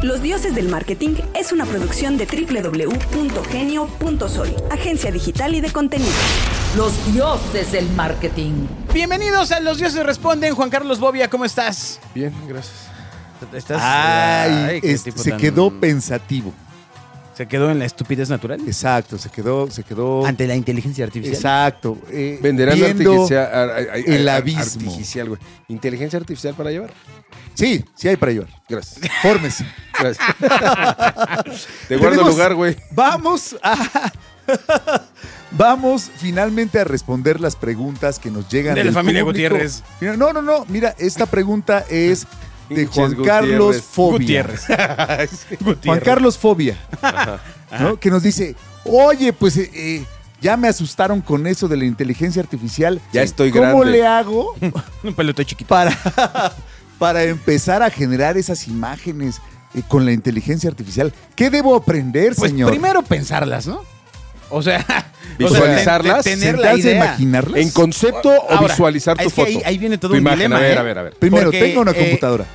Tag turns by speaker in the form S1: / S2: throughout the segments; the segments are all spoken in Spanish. S1: Los Dioses del Marketing es una producción de www.genio.soy, agencia digital y de contenido.
S2: Los dioses del marketing.
S3: Bienvenidos a Los Dioses Responden. Juan Carlos Bobia, ¿cómo estás?
S4: Bien, gracias.
S3: ¿Estás,
S4: Ay,
S3: qué este,
S4: es-
S3: tipo
S4: se
S3: tan-
S4: quedó pensativo.
S3: Se quedó en la estupidez natural.
S4: Exacto, se quedó, se quedó.
S3: Oh. Ante la inteligencia artificial.
S4: Exacto. eh,
S5: Venderán
S4: viendo-
S5: artificial, ar- ar- ar-
S4: el
S5: ar-
S4: abismo.
S5: Artificial, güey. Inteligencia artificial para llevar.
S4: Sí, sí hay para llevar.
S5: Gracias.
S4: Fórmese.
S5: Gracias. Te guardo
S4: Tenemos-
S5: lugar, güey.
S4: Vamos a. Vamos finalmente a responder las preguntas que nos llegan
S3: De la
S4: del
S3: familia
S4: público.
S3: Gutiérrez.
S4: Mira, no, no, no. Mira, esta pregunta es de
S5: Pinches
S4: Juan
S5: Gutiérrez.
S4: Carlos Fobia.
S3: Gutiérrez.
S4: Juan Carlos Fobia, ¿no? que nos dice, oye, pues eh, eh, ya me asustaron con eso de la inteligencia artificial.
S5: Ya estoy
S4: ¿Cómo
S5: grande."
S4: le hago
S3: Un pelote chiquito.
S4: para, para empezar a generar esas imágenes eh, con la inteligencia artificial? ¿Qué debo aprender,
S3: Pues
S4: señor?
S3: primero pensarlas, ¿no? O sea,
S5: Visualizarlas,
S3: o sea, ten- tener la
S4: ¿Sentarse a
S3: idea.
S4: imaginarlas?
S5: ¿En concepto o
S3: Ahora,
S5: visualizar tu
S3: es que
S5: foto?
S3: ahí- ahí viene todo
S5: Tu
S3: un
S5: imagen.
S3: dilema,
S5: A ver,
S3: ¿eh?
S5: a ver, a ver.
S4: Primero,
S3: porque,
S4: tenga una
S3: eh,
S4: computadora.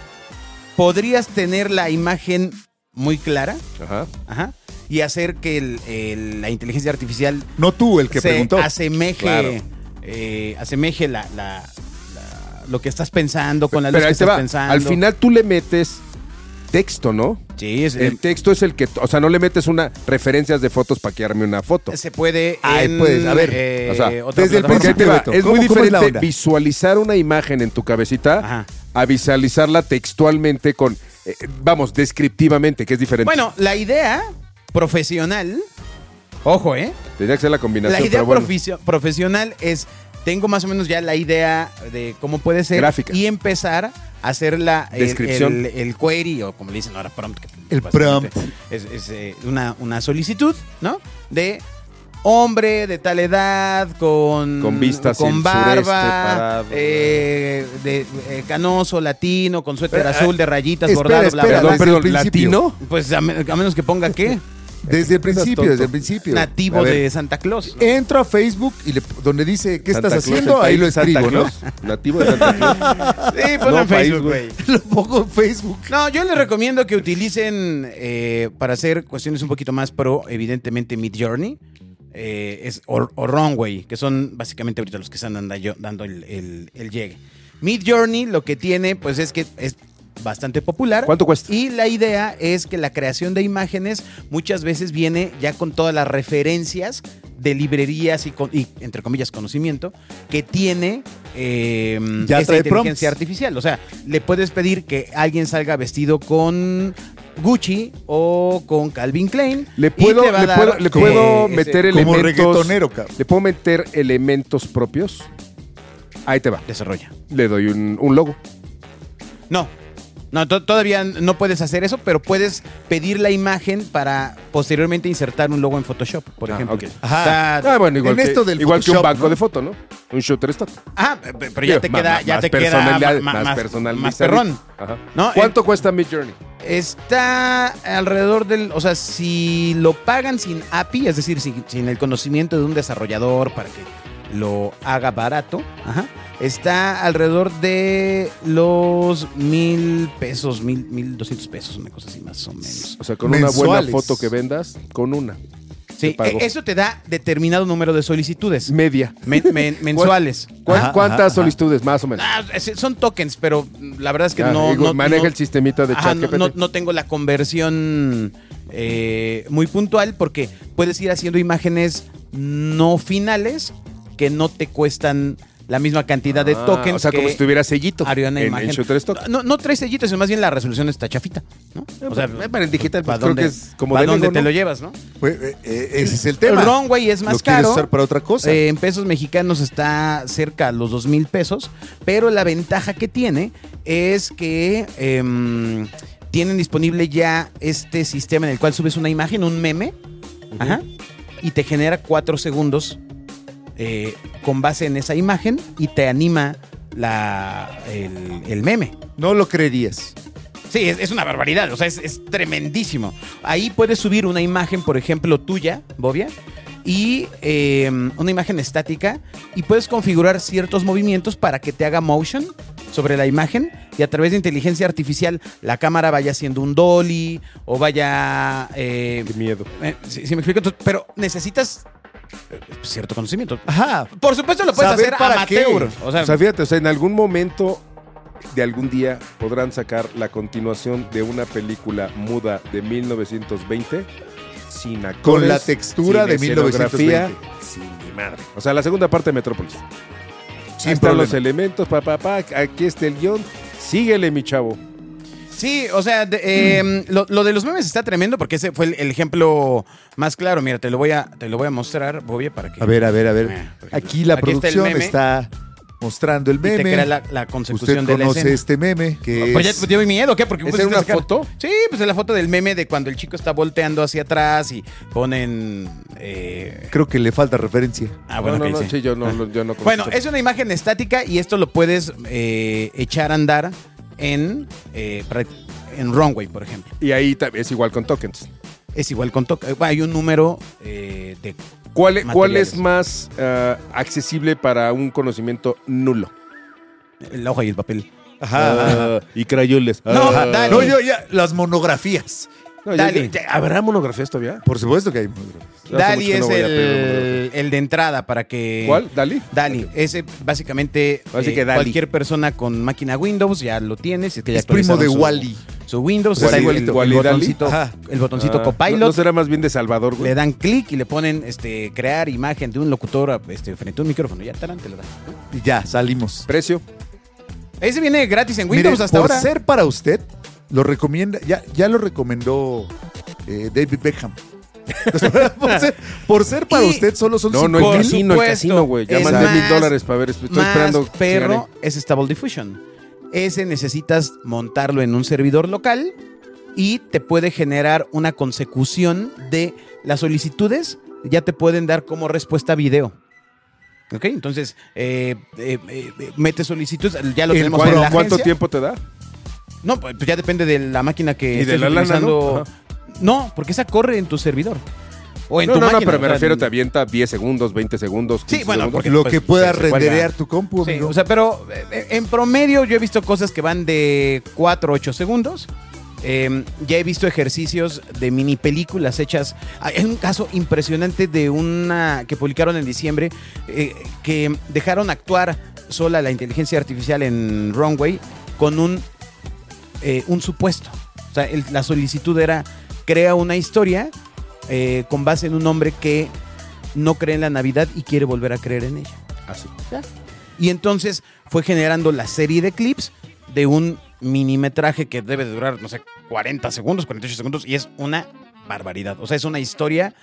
S3: Podrías tener la imagen muy clara
S5: Ajá.
S3: ajá, y hacer que el- el- la inteligencia artificial
S4: No tú, el que
S3: se
S4: preguntó.
S3: asemeje,
S5: Claro.
S3: eh, asemeje la, la- la- lo que estás pensando con la luz
S5: Pero
S3: que
S5: ahí te
S3: estás
S5: va.
S3: pensando.
S5: Al final tú le metes texto, ¿no?
S3: Sí, es-
S5: El texto es el que, o sea, no le metes una referencias de fotos para que arme una foto.
S3: se puede.
S4: Ay,
S3: en,
S4: pues, a ver,
S3: eh,
S5: o sea,
S3: otra
S4: desde el
S3: plataforma.
S5: Porque ahí te va,
S4: Beto,
S5: Es
S4: ¿cómo-
S5: muy
S4: cómo es la
S5: diferente
S4: onda?
S5: visualizar una imagen en tu cabecita
S3: Ajá.
S5: a visualizarla textualmente con, eh, vamos, descriptivamente, que es diferente.
S3: Bueno, la idea profesional. Ojo, ¿eh?
S5: tendría que ser la combinación.
S3: La idea
S5: pero bueno.
S3: profesio- profesional es. Tengo más o menos ya la idea de cómo puede ser.
S5: Gráfica.
S3: Y empezar a hacer la. el- El,
S5: Descripción.
S3: el query, o como le dicen ahora, prompt. que
S4: El
S3: básicamente
S4: prompt.
S3: Es, es, eh, una, una solicitud, ¿no? De hombre de tal edad, con.
S5: Con vista hacia
S3: Con
S5: el
S3: barba.
S5: sureste, parado.
S3: eh, de, eh, canoso, latino, con
S5: Eh,
S3: suéter azul, de rayitas,
S4: espera,
S3: bordado, bla, bla,
S4: espera,
S3: bla.
S5: Perdón,
S4: desde el
S5: perdón,
S4: principio.
S5: latino.
S3: Pues a, men- a menos que ponga qué.
S4: Desde el principio,
S5: tonto.
S4: desde el principio.
S3: Nativo
S4: A ver,
S3: de Santa Claus.
S4: Entro a Facebook y le- donde dice qué
S5: Santa
S4: estás
S5: Claus,
S4: haciendo,
S5: el
S4: ahí
S5: país
S4: lo
S5: de Santa
S4: escribo, ¿no?
S5: Claus, Nativo de Santa Claus.
S3: Sí,
S5: ponlo en Facebook, güey.
S4: Lo pongo en Facebook.
S3: No, yo les recomiendo que utilicen eh, para hacer cuestiones un poquito más pro, evidentemente Mid Journey Eh, es, o, o Runway, que son básicamente ahorita los que están dando, dando el, el- el llegue. Mid Journey lo que tiene, pues es que es bastante popular.
S5: ¿Cuánto cuesta?
S3: Y la idea es que la creación de imágenes muchas veces viene ya con todas las referencias de librerías y, con- y, entre comillas conocimiento que tiene eh,
S4: Ya
S3: esta
S4: trae
S3: inteligencia
S4: prompts.
S3: artificial. O sea, le puedes pedir que alguien salga vestido con Gucci o con Calvin Klein.
S5: Le
S3: y
S5: puedo,
S3: te va a
S5: le
S3: dar,
S5: puedo, le
S3: eh,
S5: puedo
S3: ese-
S5: meter
S4: Como
S5: elementos.
S4: reggaetonero, cabrón.
S5: Le puedo meter elementos propios. Ahí te va.
S3: Desarrolla.
S5: Le doy un, un logo.
S3: No. No, to- todavía no puedes hacer eso, pero puedes pedir la imagen para posteriormente insertar un logo en Photoshop, por
S5: Ah,
S3: ejemplo.
S5: ok.
S4: Ajá.
S3: O sea,
S5: Ah, bueno, igual,
S4: en
S5: que,
S4: esto del
S5: igual que un
S4: Photoshop,
S5: banco
S4: ¿no?
S5: de foto, ¿no? Un shooter stock.
S3: Ah, pe- pero ya te
S5: Digo,
S3: queda,
S5: ma-
S3: ya
S5: más
S3: te queda
S5: personalidad-
S3: ma- ma-
S5: más
S3: más,
S5: personalizado.
S3: más perrón.
S5: Ajá.
S3: No, eh,
S5: ¿Cuánto cuesta Mid Journey?
S3: Está alrededor del, o sea, si lo pagan sin API, es decir, sin, sin el conocimiento de un desarrollador para que lo haga barato, ajá, está alrededor de los mil pesos, mil, mil doscientos pesos, una cosa así más o menos.
S5: O sea, con una buena
S4: Mensuales.
S5: foto que vendas, con una.
S3: Sí,
S5: te pagó.
S3: eh, eso te da determinado número de solicitudes
S5: Media.
S3: men- men- mensuales.
S5: ¿Cu-
S4: Ajá,
S5: ¿Cuántas
S4: ajá, ajá.
S5: solicitudes, más o menos?
S3: Ah, es- son tokens, pero la verdad es que
S5: Ya,
S3: no,
S5: digo,
S3: no-
S5: maneja
S3: no-
S5: el sistemita de
S3: Ajá,
S5: chat
S3: no, no- no tengo la conversión eh, muy puntual porque puedes ir haciendo imágenes no finales que no te cuestan la misma cantidad de tokens.
S5: Ah, O sea, como
S3: que
S5: si tuviera sellito
S3: haría una
S5: en,
S3: imagen.
S5: en Shooter Stock.
S3: No, no tres sellitos, sino más bien la resolución está chafita. ¿no? O sea,
S5: eh, para el digital,
S3: ¿pa'
S5: pues, creo
S3: dónde-
S5: que es como
S3: ¿pa'
S5: de
S3: dónde
S5: Lego,
S3: te
S5: ¿no?
S3: lo llevas, ¿no?
S4: Pues, eh, eh, ese es el tema.
S3: El Runway es
S4: lo
S3: más
S4: quieres
S3: caro.
S4: usar para otra cosa.
S3: Eh, en pesos mexicanos está cerca a los dos mil pesos, pero la ventaja que tiene es que em, tienen disponible ya este sistema en el cual subes una imagen, un meme, ajá, y te genera cuatro segundos eh, con base en esa imagen y te anima la, el, el meme.
S4: no lo creerías.
S3: Sí, es, es una barbaridad, o sea, es, es tremendísimo. Ahí puedes subir una imagen, por ejemplo, tuya, Bobia, y em, eh, una imagen estática, y puedes configurar ciertos movimientos para que te haga motion sobre la imagen y a través de inteligencia artificial la cámara vaya haciendo un dolly o vaya... eh,
S5: Qué miedo.
S3: eh, si, si me explico, entonces, pero necesitas eh, cierto conocimiento.
S4: Ajá.
S3: Por supuesto lo puedes Pues, hacer amateur.
S5: O sea, Pues, fíjate, o sea, en algún momento de algún día podrán sacar la continuación de una película muda de 1920 sin
S3: pues,
S5: actores,
S4: Con la textura
S5: sin
S4: de
S5: escenografía,
S4: 1920.
S5: sin mi madre. O sea, la segunda parte de Metrópolis.
S4: Sin
S5: Ahí están
S4: problema.
S5: los elementos, papá, aquí está el guión. Síguele, mi chavo.
S3: Sí, o sea, de- eh, lo, lo de los memes está tremendo porque ese fue el, el ejemplo más claro. Mira, te lo voy a, te lo voy a mostrar, Bobby, para que
S4: A ver, a ver, a ver.
S3: Mira, Ah, por ejemplo,
S4: Aquí la
S3: aquí está el
S4: producción
S3: meme.
S4: está mostrando el
S3: y te
S4: meme.
S3: crea la, la
S4: Usted
S3: consecución de la
S4: conoce
S3: escena.
S4: este meme
S5: Ah,
S4: que
S3: Pues ya
S4: es-
S3: pues, llevo miedo, ¿qué? Porque
S5: ¿Esa
S3: pusiste
S5: era una
S3: esa cara.
S5: foto?
S3: Sí, pues es la foto del meme de cuando el chico está volteando hacia atrás y ponen. eh,
S4: creo que le falta referencia.
S3: Ah, bueno,
S5: no,
S3: ¿qué
S5: no, no,
S3: dice?
S5: sí, yo no, lo- yo no conozco
S3: Bueno,
S5: esa-
S3: es una imagen estática y esto lo puedes eh, echar a andar en, eh, pra- en Runway, por ejemplo.
S5: Y ahí ta- es igual con tokens.
S3: Es igual con Toca. Hay un número eh, de.
S5: ¿Cuál, e- cuál
S3: Materiales.
S5: es más ah, accesible para un conocimiento nulo?
S3: La hoja y el papel.
S5: Ah, y crayoles.
S3: No,
S5: Ah.
S3: dale.
S4: No, yo ya, las monografías.
S5: No, ya-
S3: Dale.
S5: ya- ¿Habrá monografías todavía?
S4: Por supuesto que hay monografías.
S5: Hace
S3: Dali
S5: mucho que
S3: es
S5: no voy a pedir
S3: el, el de entrada para que.
S5: ¿Cuál? ¿Dali?
S3: Dali. Ese básicamente
S5: Así
S3: eh,
S5: que Dali.
S3: cualquier persona con máquina Windows ya lo tiene. Si es que ya
S4: Es primo
S3: actualizaron
S4: de
S3: su-
S4: Wally.
S3: Su Windows.
S5: Wall-E,
S3: está el, el
S5: Wall-E Dali.
S3: botoncito,
S4: Ajá.
S3: el botoncito
S5: Ah,
S3: Copilot.
S5: No, no será más bien de Salvador, güey.
S3: Le dan clic y le ponen este crear imagen de un locutor a- este, frente a un micrófono. Ya tarán, te lo dan.
S4: Y ya, salimos.
S5: Precio.
S3: Ese viene gratis en
S4: Mire,
S3: Windows hasta
S4: por
S3: ahora.
S4: ser para usted, lo recomienda, ya, ya lo recomendó eh, David Beckham. por, ser, por ser para
S3: Y-
S4: usted solo son
S5: No,
S4: cinco
S5: no, el
S3: Pues Por
S4: mil.
S5: casino, el
S3: supuesto.
S5: casino, güey. Ya
S3: Es
S5: mandé mil
S3: más-
S5: dólares para ver. Estoy
S3: más
S5: esperando.
S3: perro es Stable Diffusion. Ese necesitas montarlo en un servidor local y te puede generar una consecución de las solicitudes. Ya te pueden dar como respuesta video. ¿Ok? Entonces, eh, eh, eh, eh, mete solicitudes. Ya lo
S4: ¿En
S3: tenemos
S5: ¿Cuánto,
S3: en la
S5: cuánto
S3: agencia.
S5: tiempo te da?
S3: No, pues ya depende de la máquina que
S5: Y de
S3: estés
S5: la lana,
S3: utilizando. ¿no? porque esa corre en tu servidor. O en
S5: no,
S3: tu
S5: no, no,
S3: máquina,
S5: pero
S3: o
S5: me
S3: sea,
S5: refiero, te avienta 10 segundos, 20 segundos.
S3: Sí,
S5: 15
S3: bueno,
S5: segundos.
S3: porque-
S4: Lo
S3: pues,
S4: que pueda
S3: se cuelga.
S4: renderear tu compu,
S3: Sí,
S4: amigo.
S3: o sea, pero eh, en promedio yo he visto cosas que van de 4 a 8 segundos. Eh, ya he visto ejercicios de mini películas hechas. Hay un caso impresionante de una que publicaron en diciembre eh, que dejaron actuar sola la inteligencia artificial en Runway con un, eh, un supuesto. O sea, el- la solicitud era crea una historia eh, con base en un hombre que no cree en la Navidad y quiere volver a creer en ella.
S5: Así.
S3: Y entonces fue generando la serie de clips de un minimetraje que debe de durar, no sé, 40 segundos, 48 segundos, y es una barbaridad. O sea, es una historia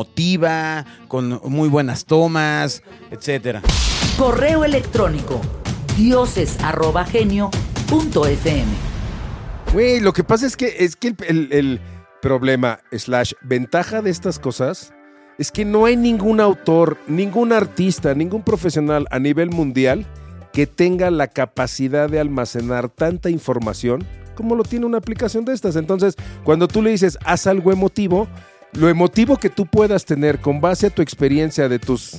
S3: emotiva, con muy buenas tomas, etcétera.
S2: Correo electrónico dioses@genio.fm.
S5: Güey, lo que pasa es que, es que el, el- el problema, slash, ventaja de estas cosas es que no hay ningún autor, ningún artista, ningún profesional a nivel mundial que tenga la capacidad de almacenar tanta información como lo tiene una aplicación de estas. Entonces, cuando tú le dices, haz algo emotivo, lo emotivo que tú puedas tener con base a tu experiencia de tus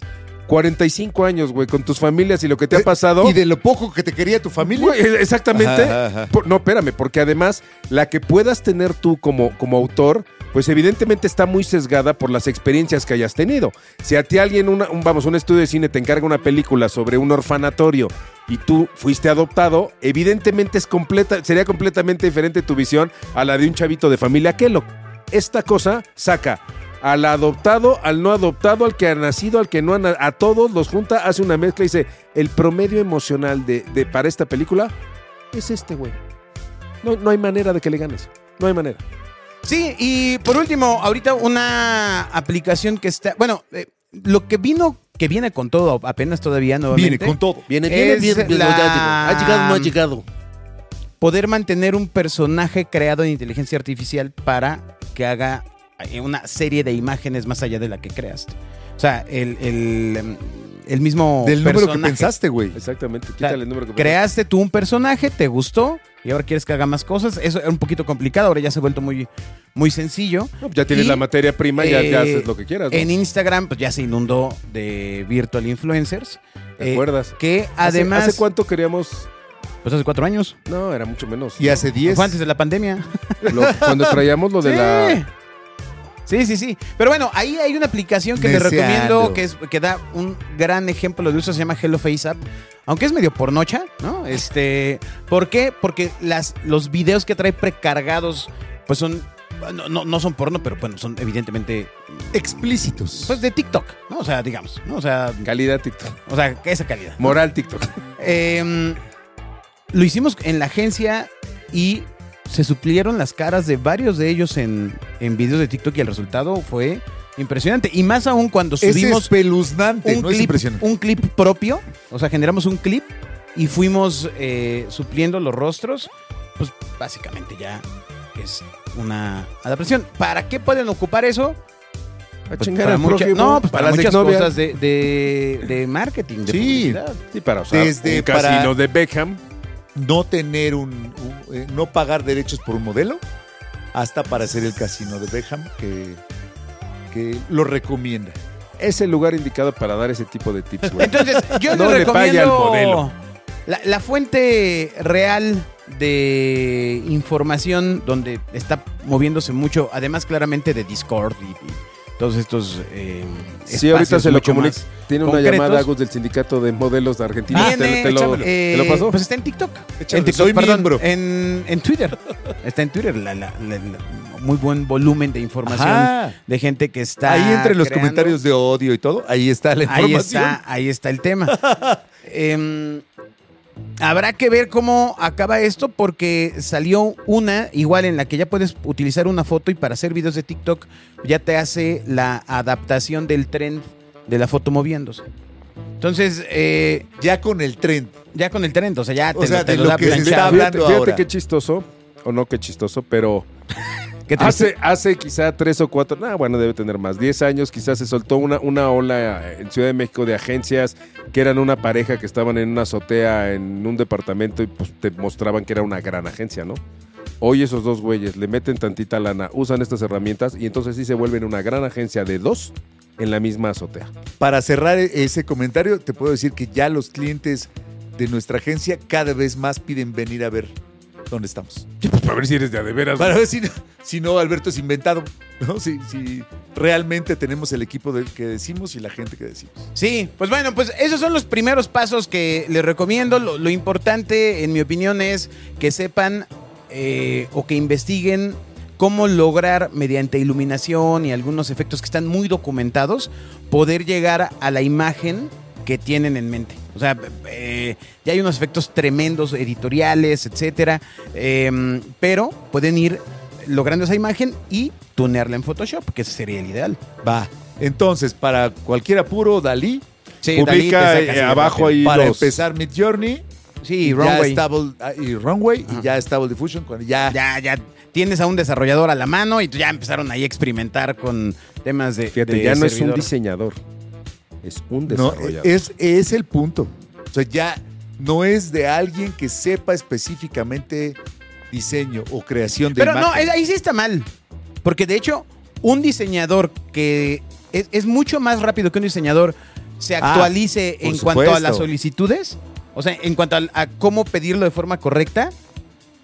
S5: 45 años, güey, con tus familias y lo que te ha pasado.
S4: Eh, Y de lo poco que te quería tu familia.
S5: Güey, eh, exactamente.
S4: Ajá, ajá, ajá.
S5: Por- no, espérame, porque además la que puedas tener tú como, como autor, pues evidentemente está muy sesgada por las experiencias que hayas tenido. Si a ti alguien, una- un, vamos, un estudio de cine te encarga una película sobre un orfanatorio y tú fuiste adoptado, evidentemente es completa, sería completamente diferente tu visión a la de un chavito de familia Kellogg. Esta cosa saca al adoptado, al no adoptado, al que ha nacido, al que no ha nacido, a todos los junta, hace una mezcla y dice, el promedio emocional de, de- para esta película es este güey. No, no hay manera de que le ganes. No hay manera.
S3: Sí, y por último, ahorita una aplicación que está. Bueno, eh, lo que vino, que viene con todo, apenas todavía nuevamente.
S4: Viene con todo.
S6: Viene,
S3: Es
S6: viene, viene, viene,
S3: la-
S6: ya llegó. Ha llegado, no ha llegado.
S3: poder mantener un personaje creado en inteligencia artificial para que haga una serie de imágenes más allá de la que creaste. O sea, el, el, em, el mismo.
S4: Del número que
S3: personaje.
S4: pensaste, güey.
S5: Exactamente.
S3: O sea,
S5: Quítale el número que
S3: creaste tú un personaje, te gustó y ahora quieres que haga más cosas. Eso era un poquito complicado, ahora ya se ha vuelto muy, muy sencillo.
S5: No, pues ya tienes
S3: Y,
S5: la materia prima, ya,
S3: eh,
S5: ya haces lo que quieras. ¿no?
S3: En Instagram, pues ya se inundó de virtual influencers.
S5: ¿Te
S3: eh,
S5: acuerdas?
S3: Que
S5: ¿Hace-
S3: además.
S5: ¿Hace, cuánto queríamos
S3: Pues hace cuatro años.
S5: No, era mucho menos.
S4: Y hace 10.
S3: Fue antes de la pandemia.
S5: Lo- cuando traíamos lo de la.
S3: Sí, sí, sí. Pero bueno, ahí hay una aplicación que te
S4: Deseando.
S3: recomiendo que, es, que da un gran ejemplo de uso, se llama Hello Face App. Aunque es medio pornocha, ¿no? Este, ¿Por qué? Porque las, los videos que trae precargados, pues son, no, no, no son porno, pero bueno, son evidentemente,
S4: Explícitos.
S3: pues de TikTok, ¿no? O sea, digamos, ¿no? O sea,
S5: Calidad TikTok.
S3: o sea esa calidad.
S5: Moral TikTok.
S3: Eh, lo hicimos en la agencia y se suplieron las caras de varios de ellos en, en videos de TikTok y el resultado fue impresionante. Y más aún cuando
S4: es
S3: subimos
S4: espeluznante,
S3: un,
S4: no es
S3: clip,
S4: impresionante.
S3: un clip propio, o sea, generamos un clip y fuimos eh, supliendo los rostros, pues básicamente ya es una adaptación. ¿Para qué pueden ocupar eso?
S5: A
S3: Pues,
S5: chingar
S3: para
S5: al
S3: mucha-
S5: prójimo,
S3: no, pues, para,
S5: las
S3: muchas
S5: exnovias.
S3: cosas de, de- de marketing, de
S4: Sí.
S3: publicidad.
S5: Sí, para usar
S4: Desde
S5: un casino
S4: para-
S5: de Beckham.
S4: No tener un. un- eh, no pagar derechos por un modelo. Hasta para hacer el casino de Beckham, que, que lo recomienda.
S5: Es el lugar indicado para dar ese tipo de tips, güey.
S3: Entonces, yo
S5: No
S3: les
S5: le pague
S3: recomiendo
S5: al modelo.
S3: La, la fuente real de información donde está moviéndose mucho, además claramente de Discord y, y todos estos eh,
S5: Sí, ahorita
S3: espacios
S5: se lo
S3: mucho
S5: comunica.
S3: más.
S5: Tiene una
S3: concretos.
S5: llamada Agus del sindicato de modelos de Argentina.
S3: Viene,
S5: te, te lo,
S3: eh,
S5: te lo pasó?
S3: Pues está en TikTok.
S4: Échale,
S3: en TikTok,
S4: soy
S3: perdón,
S4: miembro.
S3: En, en Twitter. Está en Twitter. la- la- la- la- muy buen volumen de información
S4: Ajá.
S3: de gente que está.
S4: ahí entre los
S3: creando.
S4: comentarios de odio y todo, ahí está la
S3: Ahí
S4: información.
S3: está, ahí está el tema. Em, habrá que ver cómo acaba esto porque salió una igual en la que ya puedes utilizar una foto y para hacer videos de TikTok ya te hace la adaptación del trend de la foto moviéndose. Entonces, eh,
S4: Ya con el tren.
S3: ya con el trend, o sea, ya
S4: O
S3: te,
S4: sea,
S3: lo, te
S4: de
S3: lo
S4: lo
S3: da
S4: que se
S3: planchado.
S4: está
S5: Fíjate,
S4: hablando
S5: fíjate
S4: ahora.
S5: qué chistoso, o no qué chistoso, pero
S3: ¿Qué te
S5: hace, hace quizá tres o cuatro, no, bueno, debe tener más, diez años, quizás se soltó una, una ola en Ciudad de México de agencias que eran una pareja que estaban en una azotea en un departamento y pues te mostraban que era una gran agencia, ¿no? Hoy esos dos güeyes le meten tantita lana, usan estas herramientas y entonces sí se vuelven una gran agencia de dos en la misma azotea.
S4: Para cerrar e- ese comentario, te puedo decir que ya los clientes de nuestra agencia cada vez más piden venir a ver dónde estamos.
S5: Para ver si eres de Pues, a de veras.
S4: Para ver si no, si no, Alberto es inventado, ¿no? Si, si realmente tenemos el equipo de- que decimos y la gente que decimos.
S3: Sí, pues bueno, pues esos son los primeros pasos que les recomiendo. Lo, lo importante, en mi opinión, es que sepan eh, o que investiguen cómo lograr mediante iluminación y algunos efectos que están muy documentados, poder llegar a la imagen que tienen en mente. O sea, eh, ya hay unos efectos tremendos, editoriales, etcétera, eh, pero pueden ir logrando esa imagen y tunearla en Photoshop, que ese sería el ideal.
S4: Va. Entonces, para cualquier apuro, Dalí,
S3: Sí, Dalí te
S5: Publica
S3: saca
S5: eh,
S3: así de
S5: abajo
S3: rápido.
S5: ahí
S4: para
S5: los-
S4: empezar Mid Journey,
S3: Sí,
S4: ya
S3: Runway.
S4: Stable, ah, y Runway,
S3: Ajá.
S4: y ya Stable Diffusion, cuando ya,
S3: ya, ya tienes a un desarrollador a la mano y ya empezaron ahí a experimentar con temas de.
S5: Fíjate,
S3: de
S5: ya no es un
S3: servidor.
S5: diseñador, es un
S4: No,
S5: desarrollador.
S4: es, es el punto. O sea, ya no es de alguien que sepa específicamente diseño o creación de
S3: Pero no,
S4: imagen.
S3: es- ahí sí está mal. Porque de hecho, un diseñador que es, es mucho más rápido que un diseñador se
S4: Ah,
S3: actualice
S4: por
S3: en cuanto a
S4: supuesto.
S3: las solicitudes, o sea, en cuanto al- a, cómo pedirlo de forma correcta,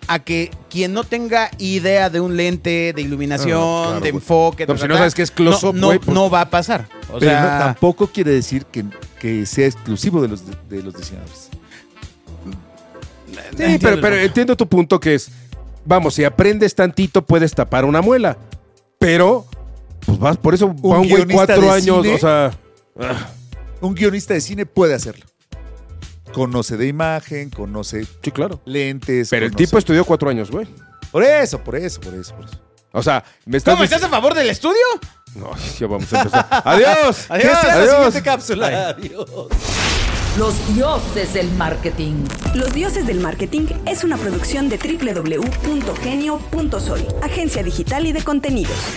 S3: a que quien no tenga idea de un lente, de iluminación,
S5: Ah, claro,
S3: de
S5: güey.
S3: enfoque,
S5: No,
S3: ta,
S5: pues, si
S3: ta,
S5: no
S3: ta,
S5: sabes qué es close-up,
S3: no,
S5: güey, pues-
S3: no va a pasar. O
S4: Pero
S3: sea,
S4: no, tampoco quiere decir que, que sea exclusivo de los, de los diseñadores.
S5: Sí, pero, pero entiendo tu punto que es, vamos, si aprendes tantito puedes tapar una muela, pero pues vas, por eso va un güey
S4: guionista
S5: cuatro
S4: de
S5: años,
S4: cine.
S5: o sea,
S4: Un guionista de cine puede hacerlo. Conoce de imagen, conoce
S5: sí, claro.
S4: lentes.
S5: Pero el
S4: conoce-
S5: tipo estudió cuatro años, güey.
S4: Por eso, por eso, por eso, por eso.
S5: O sea, me estás
S3: ¿Cómo estás a
S5: dic-
S3: favor del estudio?
S5: No, ya vamos a empezar. Adiós.
S3: Adiós. Que sea la
S5: Adiós.
S3: lah.
S4: cápsula. Adiós.
S2: Los dioses del marketing.
S1: Los Dioses del Marketing es una producción de www.genio.sol, agencia digital y de contenidos.